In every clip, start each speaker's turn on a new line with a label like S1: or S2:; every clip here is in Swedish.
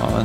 S1: Ja,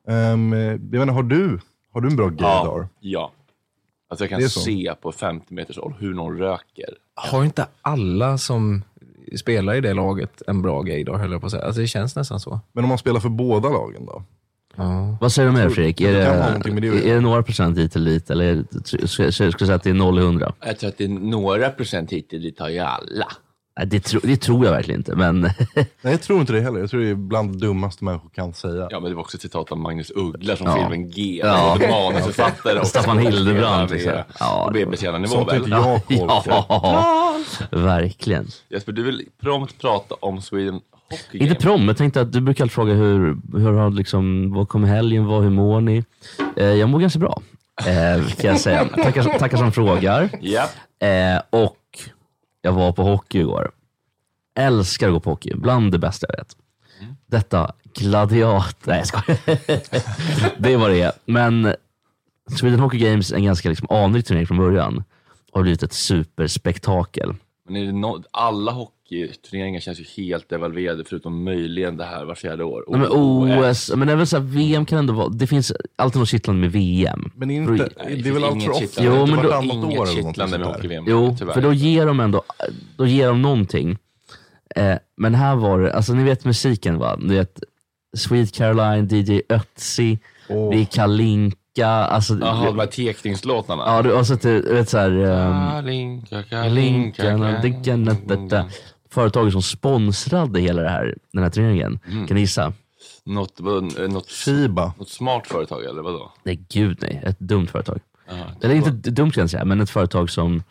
S2: Ehm, eh, jag menar, har du, har du en bra gaydar?
S1: Ja. ja. Alltså jag
S2: Det är
S1: kan
S2: så.
S1: se på 50 meters håll hur någon röker.
S3: Har inte alla som spelar i det laget en bra gaydar, höll jag på att säga. Alltså, det känns nästan så.
S2: Men om man spelar för båda lagen då?
S3: Ja.
S4: Vad säger du med det Fredrik? Är det,
S2: Det kan ha någonting med det att göra.
S4: är det några procent hit eller dit? Eller är det- ska, ska, ska jag säga att det är 0-100?
S1: Jag tror att det är några procent hit och dit har ju alla.
S4: Nej, det, tro, det tror jag verkligen inte, men
S2: Nej, jag tror inte det heller. Jag tror det är bland det dummaste människor kan säga.
S1: Ja, men det var också ett citat av Magnus Uggla från
S4: Ja.
S1: filmen G.
S4: Ja.
S1: Både manusförfattare och
S4: Staffan Hildebrand, liksom. Ja,
S1: Ja, på BBC-nivå
S2: Sånt är
S1: väl?
S2: inte jag har koll på.
S4: ja, verkligen.
S1: Jesper, du vill prompt prata om Sweden Hockey Game.
S4: Inte prom, jag tänkte att du brukar alltid fråga hur, hur har liksom, vad kommer helgen, vad, hur mår ni? Eh, jag mår ganska bra, eh, kan jag säga. Tackar, tackar som frågar.
S1: Ja,
S4: Eh, och jag var på hockey igår. Älskar att gå på hockey, bland det bästa jag vet. Detta gladiat... Nej jag skojar. det är vad det är. Men Sweden Hockey Games, en ganska liksom anrik turnering från början, har blivit ett superspektakel.
S1: men är det no- alla hockeyturneringar känns ju helt devalverade förutom möjligen det här var fjärde år.
S4: Nej, men OS, men även så här, VM kan ändå vara... Det finns alltid något kittlande med VM.
S2: Men inte,
S4: För-
S2: det är väl allt för ofta?
S4: Jo,
S1: Jo, men
S4: men då-
S1: då,
S2: vartannat år
S1: inget
S2: eller
S1: kittlande med
S2: något sånt där.
S1: hockey-VM,
S4: Jo,
S1: tyvärr.
S4: för då ger de ändå då ger de någonting. Eh, men här var det, alltså ni vet musiken va? Ni vet Sweet Caroline, DJ Ötzi, det är Kalinka, teka, alltså...
S1: Jaha, de här teckningslåtarna.
S4: Ja, du har suttit, du vet såhär...
S1: Ah,
S4: Um,
S1: Kalinka,
S4: Linkarna,
S1: kalinka. Mm.
S4: diggarna, detta. Företaget som sponsrade hela det här, den här turneringen.
S1: Mm.
S4: Kan ni gissa?
S1: Något, eh, något,
S4: Fiba.
S1: något smart företag eller vadå?
S4: Nej, gud nej. Ett dumt företag.
S1: Ja,
S4: Eller inte d- dumt kan jag säga, men ett företag som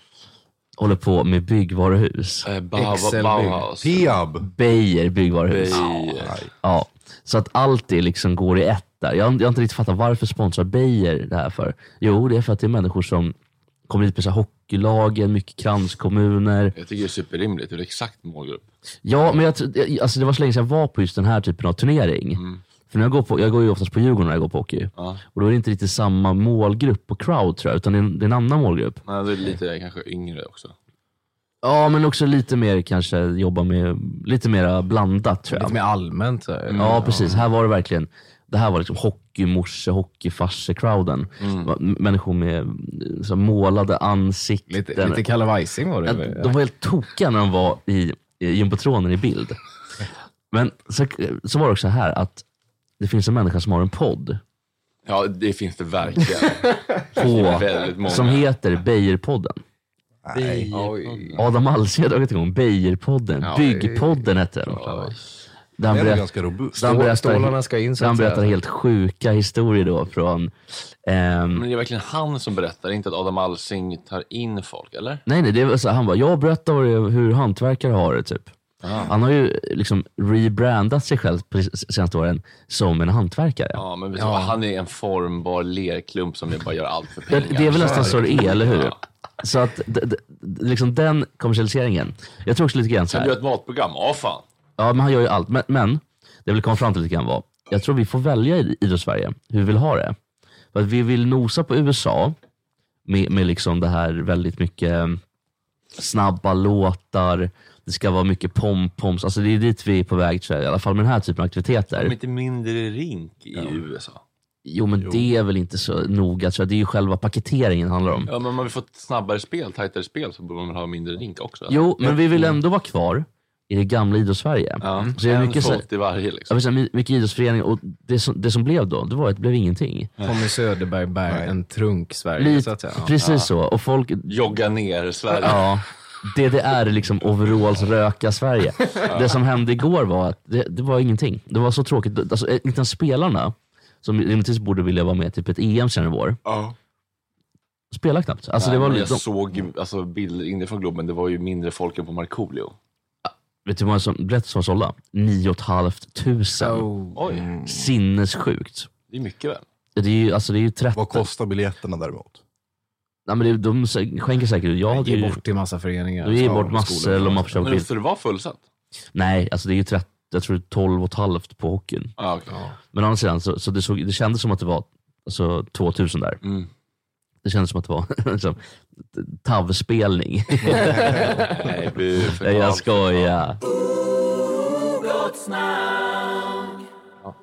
S4: håller på med byggvaruhus.
S1: Eh, Bau- Excel Bauhaus.
S4: Peab. Beijer byggvaruhus.
S1: Beijer.
S4: Ja. Ja. Så att allt det liksom går i ett där. Jag, har- jag har inte riktigt fattat varför sponsrar Beijer det här för? Jo, det är för att det är människor som kommer hit med så här hockeylagen, mycket kranskommuner.
S1: Jag tycker det är superrimligt. Det är exakt målgrupp.
S4: Ja, men jag, tr- jag, alltså det var så länge sedan jag var på just den här typen av turnering. För när jag, går på, jag går ju oftast på Djurgården när jag går på hockey.
S1: Mm. Ja.
S4: Och då är det inte riktigt samma målgrupp och crowd tror jag, utan det är en, det är en annan målgrupp.
S1: Nej, det är lite kanske yngre också.
S4: Ja, men också lite mer kanske jobba med, lite mer blandat tror jag.
S3: Lite mer allmänt. Så här. Mm.
S4: Ja, precis. Här var det verkligen, det här var liksom hockeymorse, hockeyfarse-crowden.
S3: Mm.
S4: Va- Människor med eh, så här målade ansikten.
S3: Lite, lite kalabajsing var det.
S4: Ja,
S3: väl?
S4: De var helt tokiga när de var i, i jumbotronen i bild. Men så, så var det också här att det finns en människa som har en podd
S1: Ja, det finns det verkligen.
S4: på,
S1: väldigt många.
S4: som heter Beijerpodden.
S1: Nej.
S4: Adam Alsing har dragit igång Beijerpodden.
S3: Ja,
S4: Byggpodden hette den. Där han
S3: Den är
S4: berätt-
S3: ganska robust.
S4: där han
S3: Stå-
S4: berättar-
S3: stålarna ska in, så
S4: där Han
S3: att
S4: berättar
S3: säga.
S4: helt sjuka historier då från... ehm,
S1: Men det är verkligen han som berättar, inte att Adam Alsing tar in folk, eller?
S4: nej, nej, det var så, här, han bara, jag berättar vad det, hur hantverkare har det typ.
S1: Ah.
S4: Han har ju liksom rebrandat sig själv på de senaste åren som en hantverkare.
S1: Ja, men vet du vad? han är en formbar lerklump som nu bara gör allt för
S4: Det,
S1: pengar.
S4: det är väl nästan så det är, eller hur?
S1: Ja.
S4: Så att d, d, d- liksom den kommersialiseringen. Jag tror också lite grann så
S1: Kan du
S4: här.
S1: göra ett matprogram? Ja, fan.
S4: Ja, men han gör ju allt. Men, men det jag vill komma fram till lite grann var, jag tror vi får välja i idrottssverige hur vi vill ha det. För att vi vill nosa på USA med, med liksom det här väldigt mycket eh, snabba låtar, det ska vara mycket pompoms. Alltså det är dit vi är på väg tror jag, i alla fall med den här typen av
S1: De är
S4: aktiviteter.
S1: inte mindre rink i USA.
S4: Jo men det är väl inte så noga tror jag. Det är ju själva paketeringen det handlar om.
S1: Ja, men man vill få ett snabbare spel, tajtare spel, så borde man ha mindre rink också.
S4: Jo, men vi vill ändå vara kvar i det gamla idrottssverige.
S1: Mm. Ja,
S4: Så det är
S1: en
S4: mycket, så,
S1: fot i varje
S4: jag
S1: liksom.
S4: vill säga, my- mycket idrottsförening och det som, det som blev då, det var att det blev ingenting.
S3: Tommy Söderberg bär en trunk Sverige. så
S4: Lite,
S3: att säga. Ja.
S4: precis så. Och folk,
S1: Jogga ner Sverige.
S4: ja, DDR liksom overalls röka Sverige. Det som hände igår var att det, det var ingenting. Det var så tråkigt. Det- Alltså, eh, inte ens spelarna, som rimligtvis borde vilja vara med typ ett EM senare i vår,
S1: Ja.
S4: spelar knappt. Alltså,
S1: Nej,
S4: det var,
S1: men jag
S4: de,
S1: såg ju, alltså, bilder inifrån Globen, det var ju mindre folk än på Markoolio.
S4: vet du hur många som, rätt som var sålda? 9 500.
S3: Oh.
S1: Oj,
S3: Mm.
S4: Sinnessjukt.
S1: det är mycket väl?
S4: Det är ju, alltså det är ju 30...
S2: Vad kostar biljetterna däremot?
S4: Nej, men det, de sä- skänker säkert. Jag hade
S3: Ge
S4: ju,
S3: bort till massa föreningar.
S4: de ger
S3: Ja,
S4: bort massor
S3: skolor.
S4: eller man får köpa
S1: Men
S4: bild.
S1: måste det vara fullsatt?
S4: Nej, alltså det är ju 30, jag tror det är 12 och ett halvt på hockeyn.
S1: Ah, okay.
S4: Men å andra sidan, så, så det, såg, det kändes som att det var alltså, 2000 där.
S1: Mm.
S4: Det kändes som att det var liksom, tavspelning.
S1: Nej, bu, för
S4: Nej, jag
S1: fan.
S4: skojar.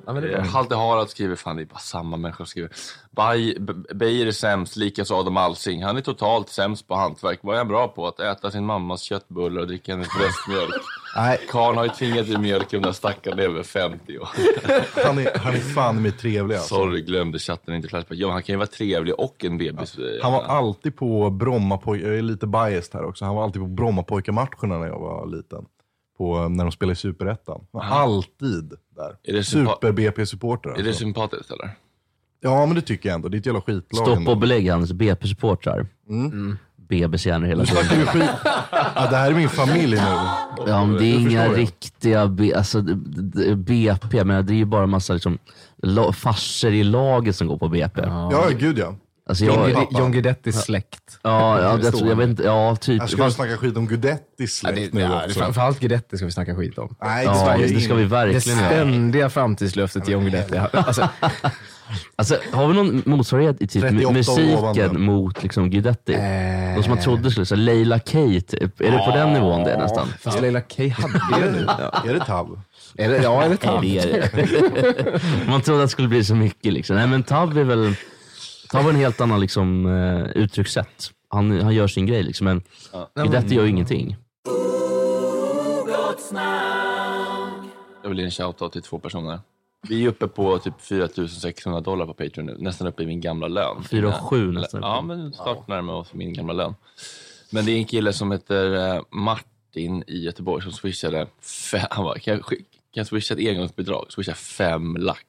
S3: Ja, men det
S1: Eh,
S3: var-
S1: Halte Harald skriver, fan det är bara samma människor som skriver. Baj- B- Beijer är sämst, likaså Adam Alsing. Han är totalt sämst på hantverk. Vad är han bra på? Att äta sin mammas köttbullar och dricka hennes bröstmjölk.
S2: Nej,
S1: Karln har ju tvingat i mjölk om den stackaren är över 50 år.
S2: han är, han är fan med trevlig alltså.
S1: Sorry, glömde chatten inte klart. Ja, men han kan ju vara trevlig och en bebis.
S2: Han var alltid på Brommapojkar, jag är lite biased här också, han var alltid på Brommapojkarmatcherna när jag var liten. På, när de spelade i Superettan. Han var alltid där.
S1: eh, Är det sympa-
S2: Super-BP-supporter
S1: Är det
S2: alltså.
S1: sympatiskt eller?
S2: Ja men det tycker jag ändå, det är ett jävla skitlag
S4: Stopp
S2: ändå. Mm.
S4: och belägg hans BP-supportrar. BBC gärna hela tiden.
S2: Snackar vi skit? Ja, det här är min familj nu.
S4: Ja, men det är
S2: Jag
S4: inga
S2: förstår det.
S4: riktiga B, alltså, d- d- BP, men det är ju bara massa liksom, la- farser i laget som går på BP.
S2: Ja, gud ja.
S4: Alltså,
S3: John
S4: jag, ja,
S3: Guide- John Guidettis släkt.
S4: ja, jag, tror- jag vet inte, ja typ.
S2: Jag skulle
S4: Fast,
S2: Alltså, snacka skit om Gudettis
S3: Ja, det,
S2: släkt nu
S3: ja, det,
S2: också.
S3: framförallt Guidetti ska vi snacka skit om.
S2: Nej, det
S4: ja,
S2: ska jag
S4: det ska vi
S2: inte.
S3: Det
S4: verkligen göra.
S3: ständiga framtidslöftet till John Guidetti. Alltså,
S4: Alltså, har vi någon motsvarighet i typ
S2: 38
S4: mu-
S2: och
S4: musiken
S2: ovanför.
S4: mot liksom, Guidetti? De som man trodde skulle, så här, Leila Kay, typ. är det på den nivån det är nästan?
S3: fast Leila Kay hade ju det. Ja,
S2: Är det Tav?
S3: eller, ja, eller
S4: Ja,
S3: tant.
S4: det är det. man trodde att det skulle bli så mycket. Liksom. Nej, men Tav är väl Tav har en helt annan liksom, eh, uttryckssätt. Han, han gör sin grej, liksom, men Guidetti gör ju ingenting.
S1: Jag vill ge en shoutout till två personer. Vi är uppe på typ 4600 dollar på Patreon nu, nästan uppe i min gamla lön.
S4: 4 700 nästan.
S1: Ja, men snart närmare oss min gamla lön. Men det är en kille som heter eh, Martin i Göteborg som swishade, fem, han bara, kan jag, skick- kan jag swisha ett engångsbidrag? Swisha fem lax.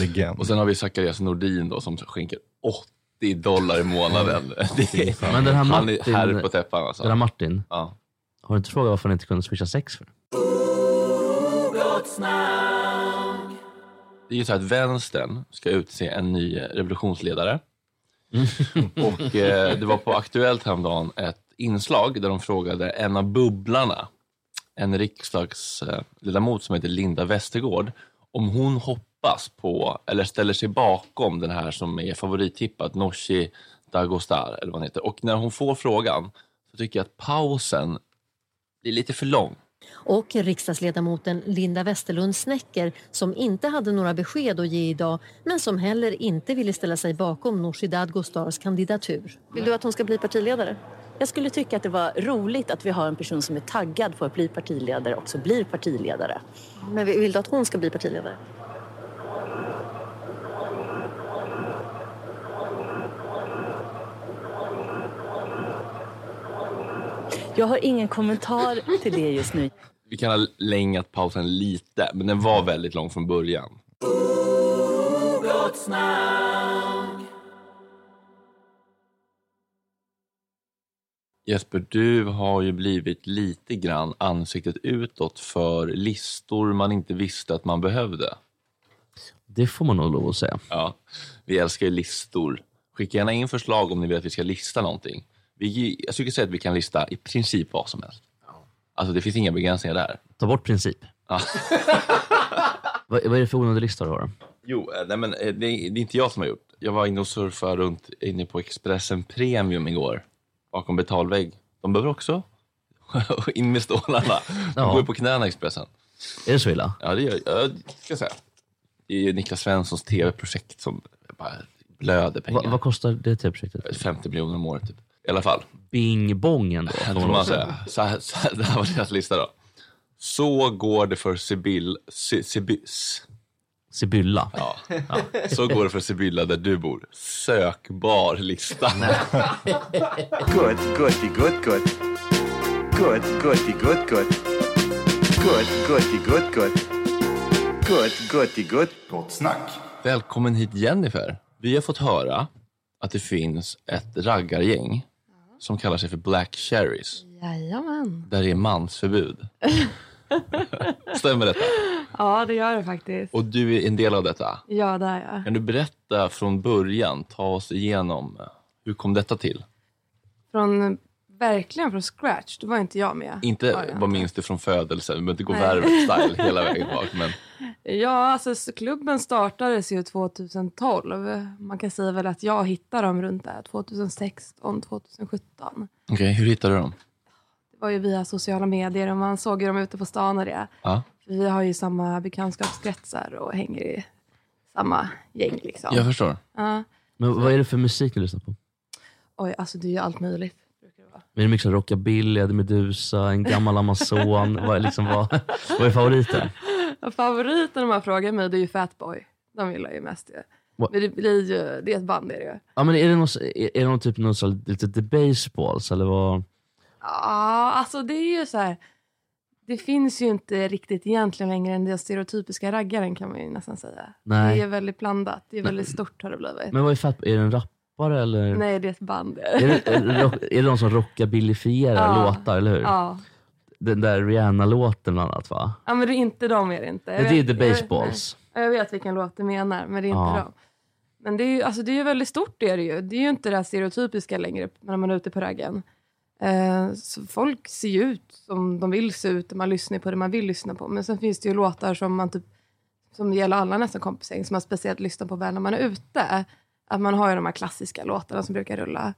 S2: Legend.
S1: Och sen har vi Zacharias Nordin då som skänker 80 dollar i månaden. Det är,
S4: Men den här
S1: han
S4: Martin-
S1: är herre på täppan alltså.
S4: Den här Martin,
S1: Ja.
S4: har du inte frågat varför han inte kunde swisha sex för?
S1: Det är ju så här att vänstern ska utse en ny revolutionsledare. Och eh, det var på Aktuellt häromdagen ett inslag där de frågade en av bubblarna, en riksdagsledamot som heter Linda Westergård, om hon hoppas på, eller ställer sig bakom den här som är favorittippad, Nooshi Dagostar, eller vad han heter. Och när hon får frågan så tycker jag att pausen blir lite för lång.
S5: och riksdagsledamoten Linda Westerlund Snecker som inte hade några besked att ge idag men som heller inte ville ställa sig bakom Nooshi Dadgostars kandidatur. Vill du att hon ska bli partiledare?
S6: Jag skulle tycka att det var roligt att vi har en person som är taggad på att bli partiledare också blir partiledare.
S5: Men vill vill du att hon ska bli partiledare?
S6: Jag har ingen kommentar till det just nu.
S1: Vi kan ha längat pausen lite, men den var väldigt lång från början. Jesper, du har ju blivit lite grann ansiktet utåt för listor man inte visste att man behövde.
S4: Det får man nog lov att säga.
S1: Ja, vi älskar ju listor. Skicka gärna in förslag om ni vill att vi ska lista någonting. Vi, jag skulle säga att vi kan lista i princip vad som helst. Alltså det finns inga begränsningar där.
S4: Ta bort princip.
S1: Ja.
S4: vad, vad är det för onödig lista du har?
S1: Jo, eh, nej, men eh, det, det är inte jag som har gjort. Jag var inne och surfade runt inne på Expressen Premium igår, bakom betalvägg. De behöver också in med stålarna. De
S4: Ja.
S1: går ju på knäna Expressen.
S4: Är det så illa?
S1: Ja, det gör jag. Ska jag säga. Det är ju Niklas Svenssons tv-projekt som bara blöder pengar.
S4: Va, vad kostar det tv-projektet?
S1: 50 miljoner om året typ. I alla fall.
S4: Bing bong ändå. får
S1: Får
S4: lov
S1: man
S4: att
S1: säga. Så här, så här, det här var deras lista då. Så går det för Sibyl... Si, Siby- s-
S4: Sibylla.
S1: Ja. Så går det för Sibylla där du bor. Sökbar lista.
S7: Good, goody, good, good. Good, goody, good, good. Good, goody, good, good. Good, goody, good. Gott snack.
S1: Välkommen hit Jennifer. Vi har fått höra att det finns ett raggargäng som kallar sig för Black Cherries.
S8: Jajamän.
S1: Där det är mansförbud. Stämmer detta?
S8: Ja, det gör det faktiskt.
S1: Och du är en del av detta.
S8: Ja, det är jag.
S1: Kan du berätta från början, ta oss igenom, eh, hur kom detta till?
S8: Från, verkligen från scratch. Då var inte jag med. Var
S1: Inte
S8: jag.
S1: vad minns du från födelsen, vi behöver inte gå
S8: Nej.
S1: Värvet-style hela vägen bak. Men
S8: Ja, alltså s- klubben startades ju 2012. Man kan säga väl att jag hittade dem runt där 2016, 2017.
S1: Okej, hur hittade du dem?
S8: Det var ju via sociala medier och man såg ju dem ute på stan och det.
S1: Ja.
S8: För vi har ju samma bekantskapskretsar och hänger i samma gäng liksom.
S4: Jag förstår.
S8: Ja.
S4: Men vad är det för musik ni lyssnar på?
S8: Oj, alltså det är ju allt möjligt.
S4: Är det mycket så här rockabilly, Eddie Meduza, en gammal amazon? vad, är liksom, vad, vad är favoriten?
S8: Och Favoriten om man frågar mig det är ju Fatboy. De gillar ju mest det.
S4: What?
S8: Men det blir ju, det är ett band är det ju.
S4: Ja, men är det någon, är, är det någon typ någon så här, lite The Baseballs eller vad?
S8: Ja, alltså det är ju så här. Det finns ju inte riktigt egentligen längre än den stereotypiska raggaren kan man ju nästan säga.
S4: Nej.
S8: Det är väldigt blandat. Det är väldigt
S4: Men-
S8: stort har det blivit.
S4: Men vad är fat, är det en rappare eller?
S8: Nej, det är ett band.
S4: Är det, är det, rock, är det någon som rockabillifierar
S8: Ja.
S4: låtar, eller hur?
S8: Ja.
S4: Den där Rihanna-låten bland annat va?
S8: ja, men det är inte de är det inte. Jag
S4: Nej, det är
S8: vet-
S4: The
S8: jag vet-
S4: Baseballs.
S8: nej. Jag vet vilken låt du menar, men det är inte
S4: Ja.
S8: dem. Men det är ju alltså, det är ju väldigt stort det är det ju. Det är ju inte det här stereotypiska längre när man är ute på raggen. Eh, så folk ser ju ut som de vill se ut och man lyssnar på det man vill lyssna på. Men sen finns det ju låtar som man typ som det gäller alla nästan kompisgäng, som man speciellt lyssnar på väl när man är ute. Att man har ju de här klassiska låtarna som brukar rulla.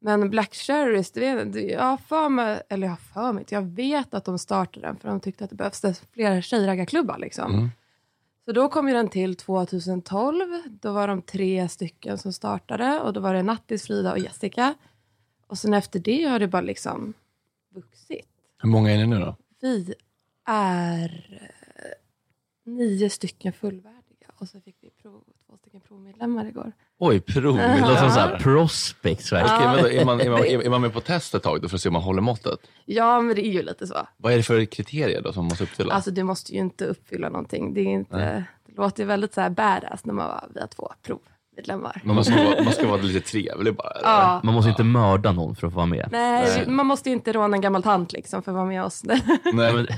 S8: Men Black Cherries, det är, det, jag har för mig, eller jag har för mig, jag vet att de startade den för de tyckte att det behövdes fler tjejraggarklubbar liksom.
S7: Mm.
S8: Så då kom ju den till 2012. Då var de tre stycken som startade och då var det Nattis, Frida och Jessica. Och sen efter det har det bara liksom vuxit.
S1: Hur många är ni nu då?
S8: Vi är eh, nio stycken fullvärdiga och så fick vi prov, två stycken provmedlemmar igår.
S4: Oj, prov.
S8: Det låter som så här
S4: prospects verkligen.
S1: Okej, men då är, man, är, man, är man med på test ett tag då för att se om man håller måttet?
S8: Ja, men det är ju lite så.
S1: Vad är det för kriterier då som man måste uppfylla?
S8: Alltså du måste ju inte uppfylla någonting. Det, är inte,
S1: Nej.
S8: det låter ju väldigt så här badass när man bara, vi har två provmedlemmar.
S1: Man, måste vara, man ska vara lite trevlig bara. eller?
S8: Alltså- Ja.
S4: Man måste inte mörda någon för att få vara med.
S8: Nej, man måste ju inte råna en gammal tant liksom för att vara med oss.
S4: Nej,
S8: Mm.
S4: men,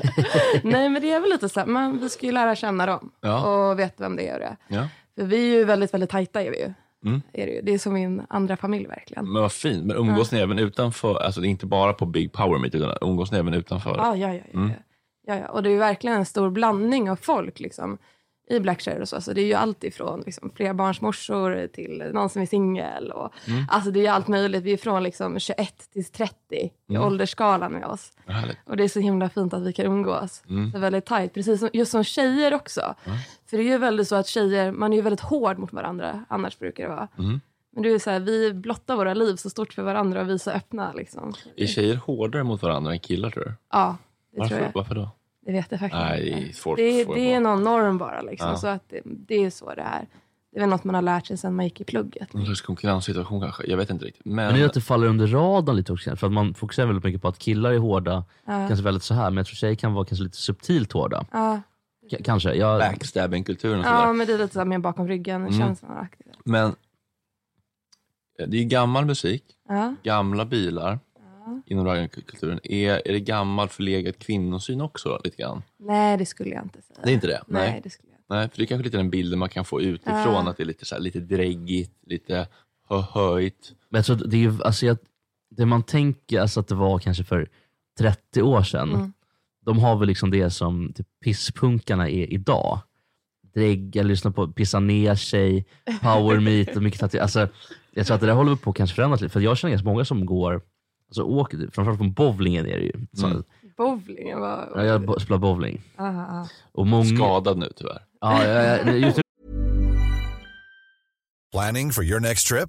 S8: Nej, men det är väl lite så här, man, vi ska ju lära känna dem
S4: Ja.
S8: och veta vem det är och det.
S1: Ja.
S8: För vi är ju väldigt, väldigt tajta är vi ju.
S1: Mm.
S8: Är det, ju. det är som min andra familj verkligen.
S1: Men vad fint. Men umgås ni även utanför, alltså det är inte bara på Big Power Meet, utan umgås ni även utanför?
S8: Ja, ja, ja, ja.
S1: Mm.
S8: Ja, ja. Och det är ju verkligen en stor blandning av folk liksom, i Blackshire och så. så det är ju allt ifrån liksom, flerbarnsmorsor till någon som är singel. Och,
S1: Mm.
S8: Alltså det är ju allt möjligt. Vi är från liksom, 21 till 30 i
S1: Mm.
S8: åldersskalan med oss.
S1: Vad härligt.
S8: Och det är så himla fint att vi kan umgås.
S1: Mm.
S8: Så väldigt tajt, precis som, just som tjejer också. För det är ju väldigt så att tjejer, man är ju väldigt hård mot varandra, annars brukar det vara.
S1: Mm.
S8: Men det är ju så här, vi blottar våra liv så stort för varandra och vi är så öppna liksom.
S1: Är tjejer hårdare mot varandra än killar tror du?
S8: Ja, det
S1: Varför,
S8: tror jag.
S1: Varför då?
S8: Det vet jag faktiskt
S1: Nej,
S8: inte.
S1: det är svårt
S8: det,
S1: att få
S8: det är någon norm bara. Liksom,
S1: Ja.
S8: så att det, det är så det är. Det är väl något man har lärt sig sedan man gick i plugget.
S1: Någon slags konkurrenssituation kanske? Jag vet inte riktigt. Men,
S4: men det är att det faller under radarn lite också. För att man fokuserar väldigt mycket på att killar är hårda,
S8: Ja.
S4: kanske väldigt så här, men jag tror tjejer kan vara kanske lite subtilt hårda.
S8: Ja,
S4: K- kanske. Jag...
S1: Backstabbing-kulturen och sådär.
S8: ja men det är lite så här mer bakom ryggen,
S1: Mm.
S8: känslan.
S1: Men eh, det är ju gammal musik,
S8: Ja.
S1: gamla bilar inom raggarkulturen. Är, är det gammal förlegad kvinnosyn också? då, Lite grann?
S8: Nej, det skulle jag inte säga.
S1: Det är inte det?
S8: Nej, det skulle jag
S1: Nej, för det är kanske lite den bilden man kan få utifrån,
S8: Ja.
S1: att det är lite, så här, lite dräggigt, lite hö- höjt.
S4: Men jag tror att det, är, ju- alltså jag, det man tänker alltså att det var kanske för 30 år sedan,
S8: Mm.
S4: de har väl liksom det som typ pisspunkarna är idag. Drägga, lyssna på, pissa ner sig, power meet och mycket tatuering. Alltså, jag tror att det där håller på att kanske förändras lite, för jag känner ganska många som går, alltså åker, framförallt från bowlingen är det ju. Så,
S8: Mm. Bowlingen var...
S4: ja, Jag bo- spelar bowling.
S8: Ah, ah.
S4: Och många...
S1: Skadad nu tyvärr.
S4: Ja, ja, ja, just nu
S9: Planning for your next trip?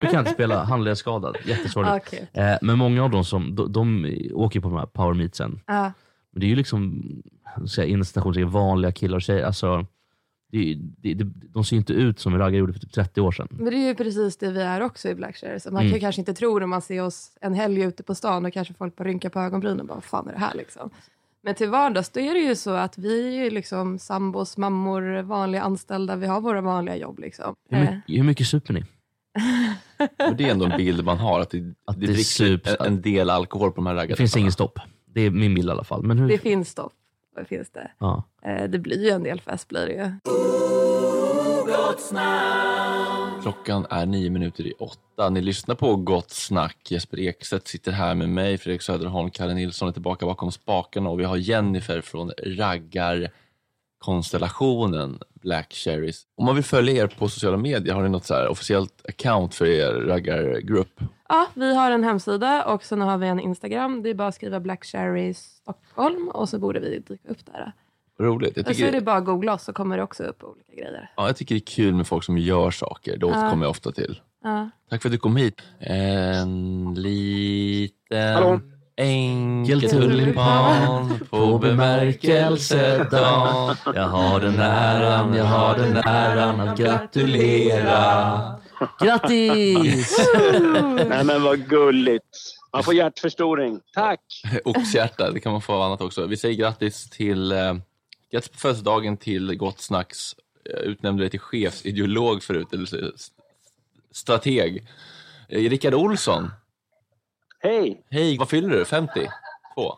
S4: Du kan inte spela handledsskadad, jättesorgligt.
S8: Okej.
S4: Eh, men många av dem som, de, de åker ju på de här power meetsen.
S8: Ja.
S4: Men det är ju liksom, så här, inom citationstecken, vanliga killar och tjejer. Alltså, det, är ju- det, det, de ser ju inte ut som raggare gjorde för typ 30 år sedan.
S8: Men det är ju precis det vi är också i Blackshire. Så man kan
S4: Mm.
S8: ju kanske inte tro när man ser oss en helg ute på stan och kanske folk bara rynkar på ögonbrynen och bara, vad fan är det här liksom? Men till vardags då är det ju så att vi är ju liksom sambos, mammor, vanliga anställda. Vi har våra vanliga jobb liksom.
S4: Hur, mycket, hur mycket super ni?
S1: Men det är ändå en bild man har, att det, det,
S4: det
S1: dricks
S4: sups,
S1: en, en del alkohol på de här raggarna.
S4: Det finns ingen stopp. Det är min bild i alla fall. Men
S8: Eh,
S4: hur,
S8: Det finns stopp. Det finns det.
S4: ja.
S8: Eh, Det blir ju en del fest blir det ju.
S1: Klockan är nio minuter i åtta. Ni lyssnar på Gott Snack. Jesper Ekstedt sitter här med mig, Fredrik Söderholm, Kalle Nilsson är tillbaka bakom spakarna och vi har Jennifer från raggarkonstellationen Black Cherries. Om man vill följa er på sociala medier, har ni något så här officiellt account för er raggargrupp?
S8: Ja, vi har en hemsida och sen har vi en Instagram. Det är bara att skriva Black Cherry Stockholm och så borde vi dyka upp där.
S1: roligt. Jag
S8: Och så Alltså, är
S1: tycker,
S8: det bara att googla oss så kommer det också upp olika grejer.
S1: ja, jag tycker det är kul med folk som gör saker. Det
S8: Ja.
S1: återkommer jag ofta till.
S8: Ja.
S1: Tack för att du kom hit. En liten
S10: Hallå.
S1: enkel tulipan på bemärkelsedagen. Jag har den äran, jag har den äran att gratulera.
S4: Grattis!
S10: Nej men vad gulligt. Man får hjärtförstoring. Tack!
S1: Oxhjärta, det kan man få av annat också. Vi säger grattis till eh, grattis på födelsedagen till Gott Snacks. Jag utnämnde dig till chefsideolog förut, eller s- s- strateg. Eh, Rickard Olsson.
S10: Hej!
S1: Hej, vad fyller du? 50? Två?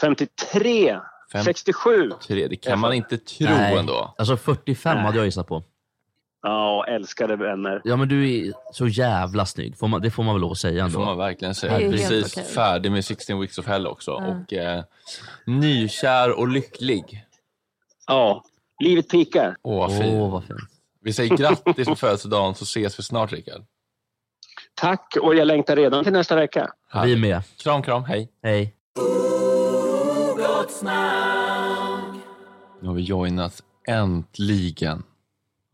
S10: 53!
S1: Fem-
S10: 67!
S1: Tre? Det kan man inte tro
S4: Nej.
S1: ändå.
S4: Alltså 45 hade jag gissat på.
S10: Ja, älskade vänner.
S4: Ja men du är så jävla snygg. Får man, det får man väl lov att säga
S1: Det
S4: ändå.
S1: får man verkligen säga.
S4: Herregud.
S1: Precis
S4: Helt okej.
S1: färdig med 16 Weeks of Hell också.
S10: Ja.
S1: Och eh, nykär och lycklig.
S10: Ja, livet pikar.
S1: Åh, vad fint.
S4: Åh, vad fint.
S1: Vi säger grattis på födelsedagen så ses vi snart, Rickard.
S10: Tack och jag längtar redan till nästa vecka.
S4: Vi är med.
S1: Kram, kram. Hej.
S4: Hej.
S1: Nu har vi joinat äntligen.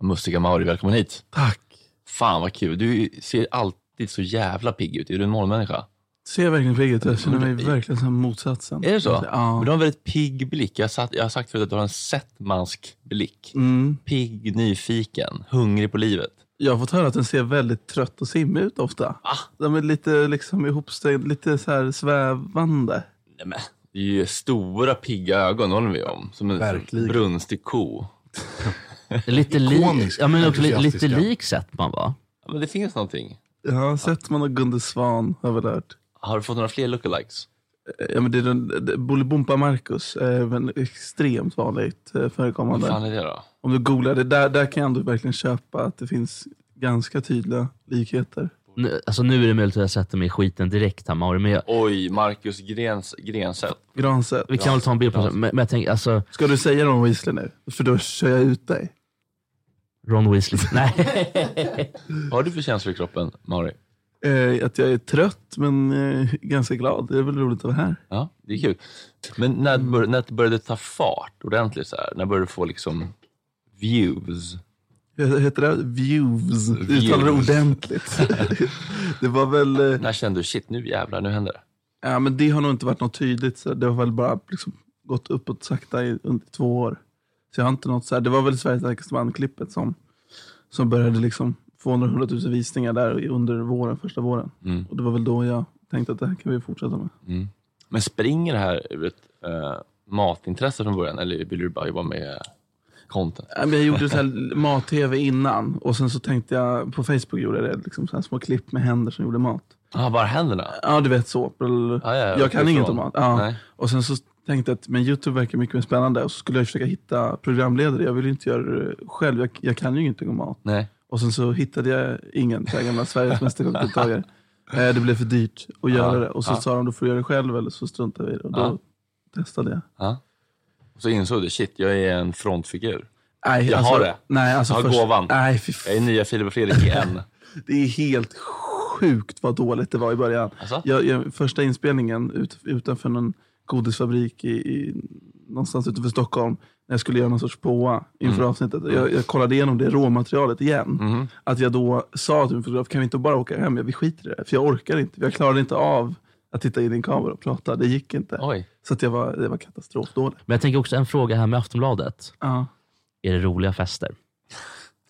S1: Mustiga Mauri, välkommen hit. Tack. Fan vad kul. Du ser alltid så jävla pigg ut. Är du en målmänniska?
S11: Ser verkligen pigg ut. Jag känner mig verkligen som motsatsen.
S1: Är det så?
S11: Ja.
S1: Men du har en väldigt pigg blick. Jag har sagt, jag har sagt förut att du har en setmansk blick.
S11: Mm.
S1: Pigg, nyfiken, hungrig på livet.
S11: Jag har fått höra att den ser väldigt trött och simmig ut ofta. De är lite liksom ihopstängd, lite så här svävande.
S1: Det är ju stora pigga ögon, håller vi om. Som en
S11: Verkligen.
S1: brunstig ko.
S4: Lite lik, ja, men också li, lite lik sett man va?
S1: Ja, men det finns någonting.
S11: Ja, sett man och Gunde Svan har jag väl hört.
S1: Har du fått några fler lookalikes?
S11: Ja, men det är den, det- Bolibompa Marcus är väl extremt vanligt eh, förekommande.
S1: Vad fan är det då?
S11: Om du googlar det, där, där kan jag ändå verkligen köpa att det finns ganska tydliga likheter.
S4: Nu, alltså nu är det möjligt att jag sätter mig i skiten direkt här Mauri, men jag,
S1: Oj, Marcus Grens, Grenset.
S11: Granset.
S4: vi kan väl ta en bild på det. Men, men jag tänker alltså...
S11: Ska du säga Ron Weasley nu? För då kör jag ut dig.
S4: Ron Weasley? Nej.
S1: Har du för känslor i kroppen, Mauri?
S11: Eh, att jag är trött men eh, ganska glad. Det är väl roligt att vara här.
S1: Ja, det är kul. Men när, bör, när började det ta fart ordentligt? Så här? När började du få liksom views?
S11: Jag heter det views?
S1: Views.
S11: Uttalar det ordentligt. det var väl... eh,
S1: När kände du shit, nu jävlar, nu händer det?
S11: Ja, men det har nog inte varit något tydligt. Så det har väl bara liksom, gått uppåt sakta i under två år. Så jag har inte något så här, det var väl Sveriges starkaste man-klippet som, som började liksom få några hundratusen visningar där under våren, första våren.
S1: Mm.
S11: Och Det var väl då jag tänkte att det här kan vi fortsätta med.
S1: Mm. Men springer det här ur ett eh, matintresse från början eller vill du bara jobba med content?
S11: Ja, men Jag gjorde så här mat-tv innan och sen så tänkte jag, på Facebook gjorde jag det, liksom så här små klipp med händer som gjorde mat.
S1: ah, bara händerna? Ah,
S11: Ja, du vet såp. Eller...
S1: Ja, ja,
S11: jag kan inget om
S1: ifrån.
S11: mat. Ja.
S1: Nej.
S11: Och sen så tänkte jag att men Youtube verkar mycket mer spännande och så skulle jag försöka hitta programledare. Jag vill ju inte göra det själv. Jag, jag kan ju ingenting om mat.
S1: Nej.
S11: Och sen så hittade jag ingen så här gamla Sveriges mästerkockdeltagare. Eh, Det blev för dyrt att göra
S1: Ja,
S11: det. Och så
S1: ja.
S11: sa de, då får du göra det själv eller så struntar vi i det. Och då testade jag.
S1: Ja. Och så insåg du, shit, jag är en frontfigur.
S11: Nej,
S1: jag
S11: alltså-
S1: har det.
S11: nej, alltså
S1: jag har
S11: först-
S1: gåvan.
S11: nej,
S1: jag är nya Filip och Fredrik igen.
S11: Det är helt sjukt vad dåligt det var i början.
S1: Alltså?
S11: Jag, jag, första inspelningen ut, utanför någon godisfabrik i, i, någonstans utanför Stockholm, när jag skulle göra någon sorts påa inför
S1: Mm.
S11: avsnittet. Jag, jag kollade igenom det råmaterialet igen.
S1: Mhm.
S11: Att jag då sa till min fotograf, kan vi inte bara åka hem? Ja, Vi skiter i det här, för jag orkar inte. Jag klarade inte av att titta in i en kamera och prata. Det gick inte. Så att jag var, det var katastrofdåligt.
S4: Men jag tänker också en fråga här med Aftonbladet.
S11: Ja.
S4: Är det roliga fester?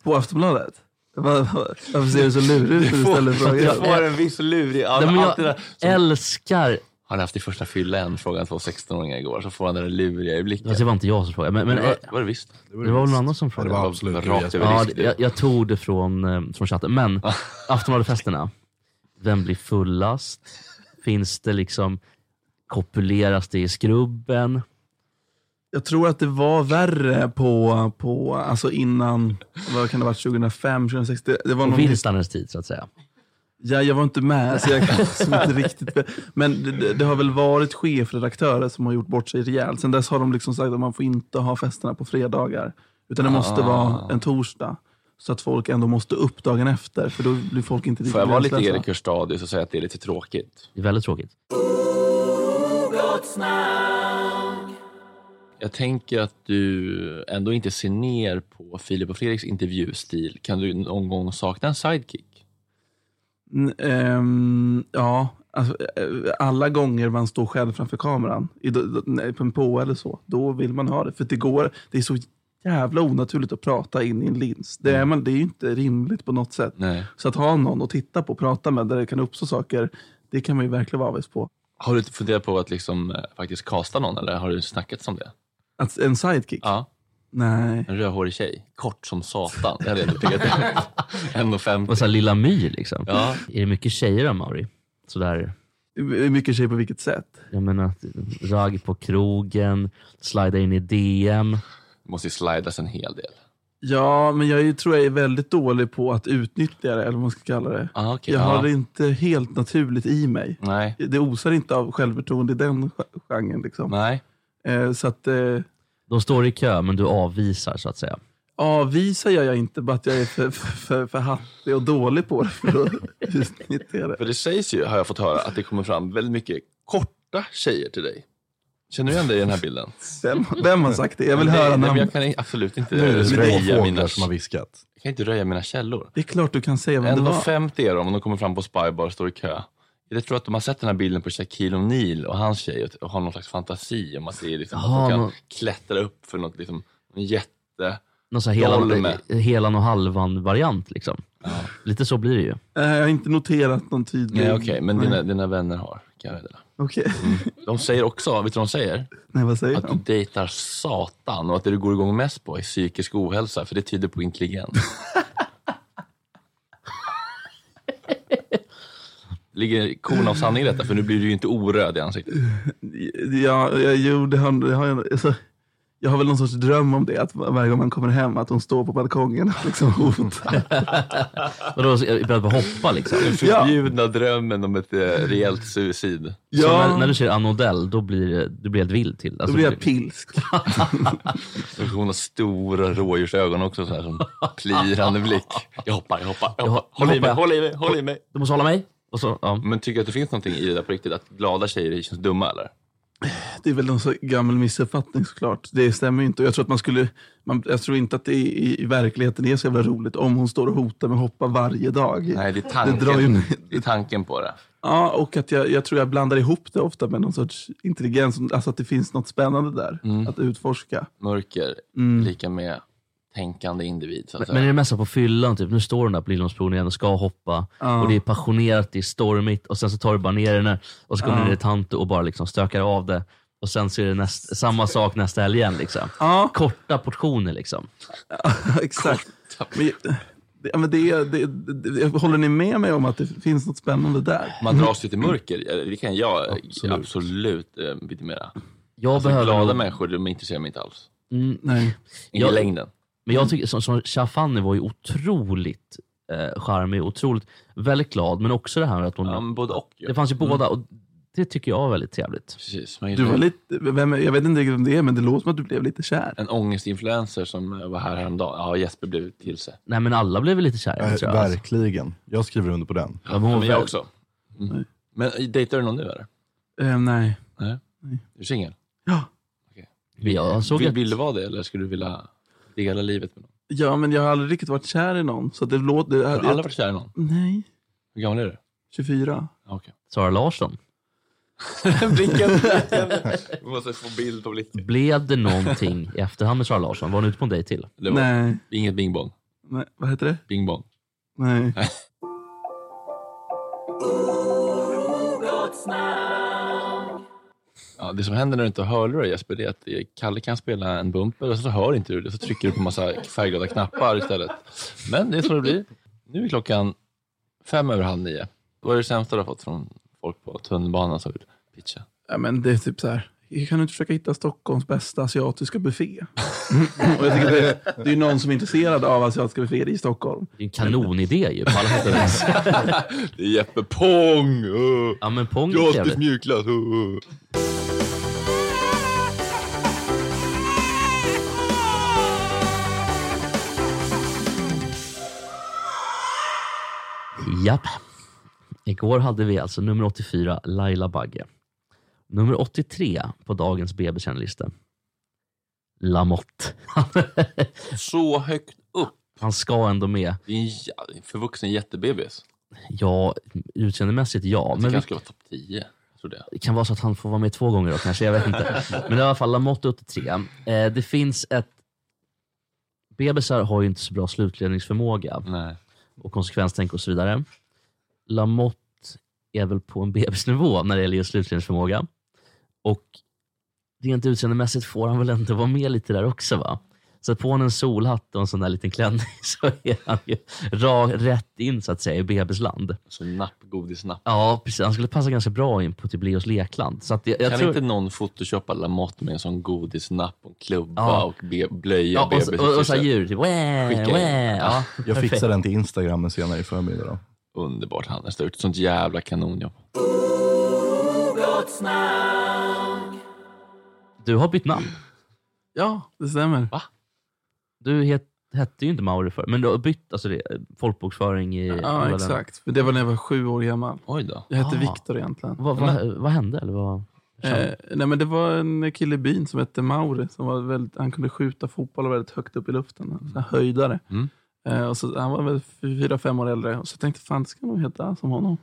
S11: På Aftonbladet? Vad- vad- Varför ser du så lurig ut när du ställer frågan?
S1: Du får en viss lurig... Ja,
S4: Nej, men
S1: allt det
S4: jag
S1: där som-
S4: älskar...
S1: Har ni haft i första fylla en fråga två 16-åringar igår så får han den där luriga i blicken.
S4: Fast det var inte jag som frågade. Men, men,
S1: det var, var det visst?
S4: Det var, väl någon annan som frågade?
S1: Det var absolut rakt över
S4: ja,
S1: disk,
S4: det- jag, jag tog det från, eh, från chatten. Men Aftonbladet-festerna. Vem blir fullast? Finns det liksom... Kopuleras det i skrubben?
S11: Jag tror att det var värre på, på alltså innan, vad kan det ha varit, 2005, 2006. Det, det var
S4: Och
S11: någon-
S4: Virtanens tid så att säga.
S11: Ja, jag var inte med, så jag kan liksom inte riktigt... Men det- det, det har väl varit chefredaktörer som har gjort bort sig rejält. Sen dess har de liksom sagt att man får inte ha festerna på fredagar. Utan det måste
S1: Ah.
S11: vara en torsdag. Så att folk ändå måste upp dagen efter, för då blir folk inte
S1: Får jag vara lite
S11: gränslösa.
S1: Erik Hörstadius och säga att det är lite tråkigt?
S4: Det är väldigt tråkigt.
S1: Jag tänker att du ändå inte ser ner på Filip och Fredriks intervjustil. Kan du någon gång sakna en sidekick?
S11: N- ehm, ja, alltså, eh, alla gånger man står själv framför kameran, i, d- d- nej, på en på eller så, då vill man ha det. För det går, det är så jävla onaturligt att prata in i en lins. Det är, man, det är ju inte rimligt på något sätt.
S1: Mm. Nej.
S11: Så att ha någon att titta på och prata med, där det kan uppstå saker, det kan man ju verkligen vara avis på.
S1: Har du funderat på att liksom eh, faktiskt kasta någon eller har du snackat om det?
S11: Att, en sidekick?
S1: Ja.
S11: Nej.
S1: En rödhårig tjej. Kort som satan. Det hade jag ändå piggat upp. 1,50.
S4: Och så här Lilla My liksom.
S1: Ja.
S4: Är det mycket tjejer då Mauri? Sådär.
S11: Hur mycket tjejer på vilket sätt?
S4: Jag menar, att ragg på krogen, slida in i DM.
S1: måste ju slidas en hel del.
S11: Ja, men jag är, ju- tror jag är väldigt dålig på att utnyttja det, eller vad man ska kalla det.
S1: Ah, okej,
S11: jag har
S1: ja.
S11: det inte helt naturligt i mig.
S1: Nej.
S11: Det osar inte av självförtroende i den gen- genren. Liksom.
S1: Nej.
S11: Eh, så att, eh,
S4: De står i kö, men du avvisar så att säga.
S11: avvisar gör jag inte, bara att jag är för, för, för, för hattig och dålig på det. För att utnyttja det.
S1: För det sägs ju, har jag fått höra, att det kommer fram väldigt mycket korta tjejer till dig. Känner du igen dig i den här bilden?
S11: Vem, vem har sagt det? Jag vill
S1: Nej,
S11: höra
S1: nej, men
S11: namn.
S1: Jag kan absolut inte
S2: Nu är det små fåglar
S1: röja mina...
S2: som har viskat.
S1: Jag kan inte röja mina källor.
S11: Det är klart du kan säga vem det var.
S1: 1,50 är de om de kommer fram på Spybar och står i kö. Jag tror att de har sett den här bilden på Shaquille O'Neal och hans tjej och- och har någon slags fantasi om att, det är liksom,
S4: Jaha,
S1: att de kan
S4: någon-
S1: klättra upp för något, liksom, en jätte...
S4: Någon sån här helan,
S1: dolme.
S4: helan och halvan-variant. Liksom. Lite så blir det ju.
S11: Eh, jag har inte noterat någon tydlig...
S1: Nej, okej, men
S11: Nej.
S1: dina, Mm. dina vänner har, kan jag meddela.
S11: Okej.
S1: De säger också, vet du vad de säger?
S11: Nej, vad säger
S1: att du dejtar satan och att det du går igång mest på är psykisk ohälsa, för det tyder på intelligens. ligger korn av sanning i detta, för nu blir du ju inte oröd i ansiktet.
S11: Ja, jag, jo, det har, det har jag, alltså, jag har väl någon sorts dröm om det, att varje gång man kommer hem att hon står på balkongen och liksom hotar.
S4: Vadå, så- jag börjar bara hoppa liksom?
S1: Den förbjudna drömmen om ett eh, rejält suicid.
S4: Så när, när du ser Ann Odell, då blir det- du blir helt vild till? Alltså,
S1: blir jag
S4: du-
S11: pilsk.
S1: Hon har stora rådjursögon också, så här, som plirande blick. Jag hoppar, jag hoppar, jag
S4: Jag
S1: hoppar.
S4: hop-
S1: Håll i mig,
S4: hoppar.
S1: håll i mig, håll i mig.
S4: Du måste hålla mig. Och så,
S1: Men tycker du att det finns någonting i det där på riktigt? Att glada tjejer känns dumma eller?
S11: Det är väl någon så gammal missuppfattning såklart. Det stämmer ju inte. Och Jag tror, att man skulle, man, jag tror inte att det i, i verkligheten är så jävla roligt om hon står och hotar med att hoppa varje dag.
S1: Nej, det är tanken,
S11: Det drar ju ner.
S1: det är tanken på det.
S11: Ja, och att jag, jag tror jag blandar ihop det ofta med någon sorts intelligens. Alltså att det finns något spännande där
S1: Mm.
S11: att utforska.
S1: Mörker lika med tänkande individ. Så att
S4: Mm. Men,
S1: säga.
S4: men är det mest så på fyllan, typ, nu står hon där på Liljeholmspron igen och ska hoppa.
S1: Ja.
S4: Och det är passionerat, det är stormigt och sen så tar du bara ner henne och så kommer
S11: Ja.
S4: det en tanto och bara liksom stökar av det. Och sen så är det näst, samma sak nästa helg igen. Liksom. Korta portioner liksom.
S11: Exakt. Men, ja, men det, är- det, det, håller ni med mig om att det finns något spännande där?
S1: Man dras ju till mörker. Eh, Det kan jag absolut, absolut eh, lite mera.
S4: Jag behöver
S1: glada
S4: nog-
S1: människor, de intresserar mig inte alls.
S4: Mm.
S11: Nej.
S1: Inte i längden.
S4: Men jag tycker, som, som Shafani var ju otroligt eh, charmig, otroligt, väldigt glad, men också det här med att hon...
S1: Ja, men både och. Mm.
S4: Det fanns ju båda och det tycker jag var väldigt trevligt.
S1: Precis,
S11: Du var lite, vem, jag vet inte riktigt vem det är, men det låter som att du blev lite kär.
S1: En ångestinfluencer som eh, var här häromdagen. Ja, Jesper blev till sig.
S4: Nej men alla blev väl lite kära
S2: Nej,
S4: tror jag. Alltså.
S2: verkligen. Jag skriver under på den.
S4: Ja, men hon
S1: Men
S4: var-
S1: jag också. Mm. Men dejtar du någon nu eller?
S11: Eh, nej.
S1: Nej. Är du singel?
S11: Ja.
S1: Vill,
S4: Jag såg
S1: vill,
S4: ett-
S1: vill du vara det eller skulle du vilja dela livet med någon?
S11: Ja, men jag har aldrig riktigt varit kär i någon. Så det låter...
S1: Har du aldrig varit kär i någon?
S11: Nej,
S1: Hur gammal är du?
S11: 24.
S1: Okay.
S4: Sara Larsson.
S1: blicken. Vi måste få bild på blicken.
S4: Blev det någonting i efterhand med Sara Larsson? Var hon ute på en dejt till?
S1: Det var
S11: Nej.
S1: inget bingbong.
S11: Nej, vad heter det?
S1: Bingbong.
S11: Nej.
S1: Ja, det som händer när du inte har hörlurar Jesper, det är att eh, Kalle kan spela en bumper och så hör inte du det. Så trycker du på massa färgglada knappar istället. Men det är så det blir. Nu är klockan fem över halv nio. Vad är det sämsta du har fått från folk på tunnelbanan som vill pitcha?
S11: Ja, men det är typ så här. Jag kan inte försöka hitta Stockholms bästa asiatiska buffé. och jag tycker det, det är ju någon som är intresserad av asiatiska bufféer i Stockholm.
S4: Det är en kanonidé ju på alla sätt och vis.
S1: Det är Jeppe Pong! Uh.
S4: Ja men Pong är
S1: Gratis
S4: trevligt.
S1: mjukglass! Uh, uh.
S4: Japp. Igår hade vi alltså nummer 84, Laila Bagge. Nummer 83 på dagens BB-kändlista. Lamotte.
S1: Så högt upp.
S4: Han ska ändå med.
S1: Det är en jä- förvuxen jättebebis.
S4: Ja, utseendemässigt
S1: Jag
S4: ja. Men
S1: tycker
S4: vi,
S1: han ska vara topp 10. Jag tror det.
S4: det kan vara så att han får vara med två gånger då kanske, jag vet inte. Men i alla fall, Lamotte upp till tre. Eh, det finns ett... Bebisar har ju inte så bra slutledningsförmåga och konsekvenstänk och så vidare. Lamotte är väl på en bebisnivå när det gäller just slutledningsförmåga. Och rent utseendemässigt får han väl ändå vara med lite där också va? Så på honom en solhatt och en sån där liten klänning så är han ju ra, rätt in så att säga i bebisland.
S1: Så nappgodisnapp.
S4: Ja, precis. Han skulle passa ganska bra in på Tiblios lekland. Så att jag, jag
S1: kan
S4: tror...
S1: inte någon photoshoppa Lamotte med en sån godisnapp och klubba
S4: Ja.
S1: och be- blöja
S4: Ja, och-
S1: bebisen
S4: och- och
S1: till
S4: så här
S1: sig?
S4: djur, typ, "Wä,
S1: Skicka in.
S4: wä." Ja,
S2: Jag
S4: perfekt.
S2: fixar den till Instagram senare i förmiddag. Då.
S1: Underbart Hannes, du har gjort ett sånt jävla kanonjobb.
S4: Du har bytt namn.
S11: Ja, det stämmer.
S4: Va? Du het, hette ju inte Mauri förr, men du har bytt alltså det, folkbokföring i...
S11: Ja, exakt. För det var när jag var sju år gammal.
S1: Oj då.
S11: Jag hette
S4: Ah.
S11: Viktor egentligen.
S4: Vad, vad, vad hände? Eller vad?
S11: Eh, nej, men det var en kille i byn som hette Mauri. Som var väldigt, han kunde skjuta fotboll väldigt högt upp i luften. En sån här höjdare.
S1: Mm.
S11: Eh, och så, han var väl fyra, fem år äldre. Och så tänkte jag, fan det ska jag nog heta som honom.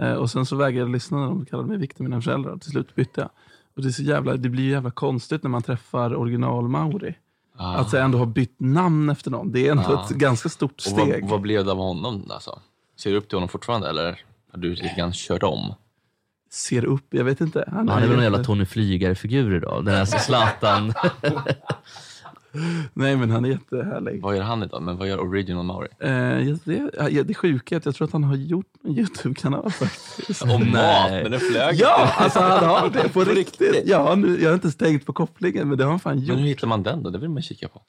S11: Eh, och sen så vägrade jag lyssna när de kallade mig Viktor, mina föräldrar. Till slut bytte jag. Och det, är så jävla, det blir ju jävla konstigt när man träffar original Mauri.
S1: Ah.
S11: Att så ändå ha bytt namn efter någon. Det är ändå
S1: Ah.
S11: ett ganska stort
S1: Och vad,
S11: steg.
S1: vad blev det av honom? Alltså? Ser du upp till honom fortfarande eller har du lite grann kört om?
S11: Ser upp, jag vet inte.
S4: Han
S11: Han,
S4: är väl
S11: jätte-
S4: någon jävla Tony Flygare-figur idag. Den här Zlatan.
S11: Nej, men han är jättehärlig.
S1: Vad gör han idag? Men vad gör original Mauri?
S11: Eh, ja, det, ja, det sjuka är att jag tror att han har gjort en YouTube-kanal faktiskt.
S1: Om mat, men den flög
S11: Ja,
S1: inte.
S11: alltså han har det på riktigt. Ja, nu, jag har inte stängt på kopplingen, men det har han fan
S1: Men
S11: gjort.
S1: hur hittar man den då? Det vill man kika på.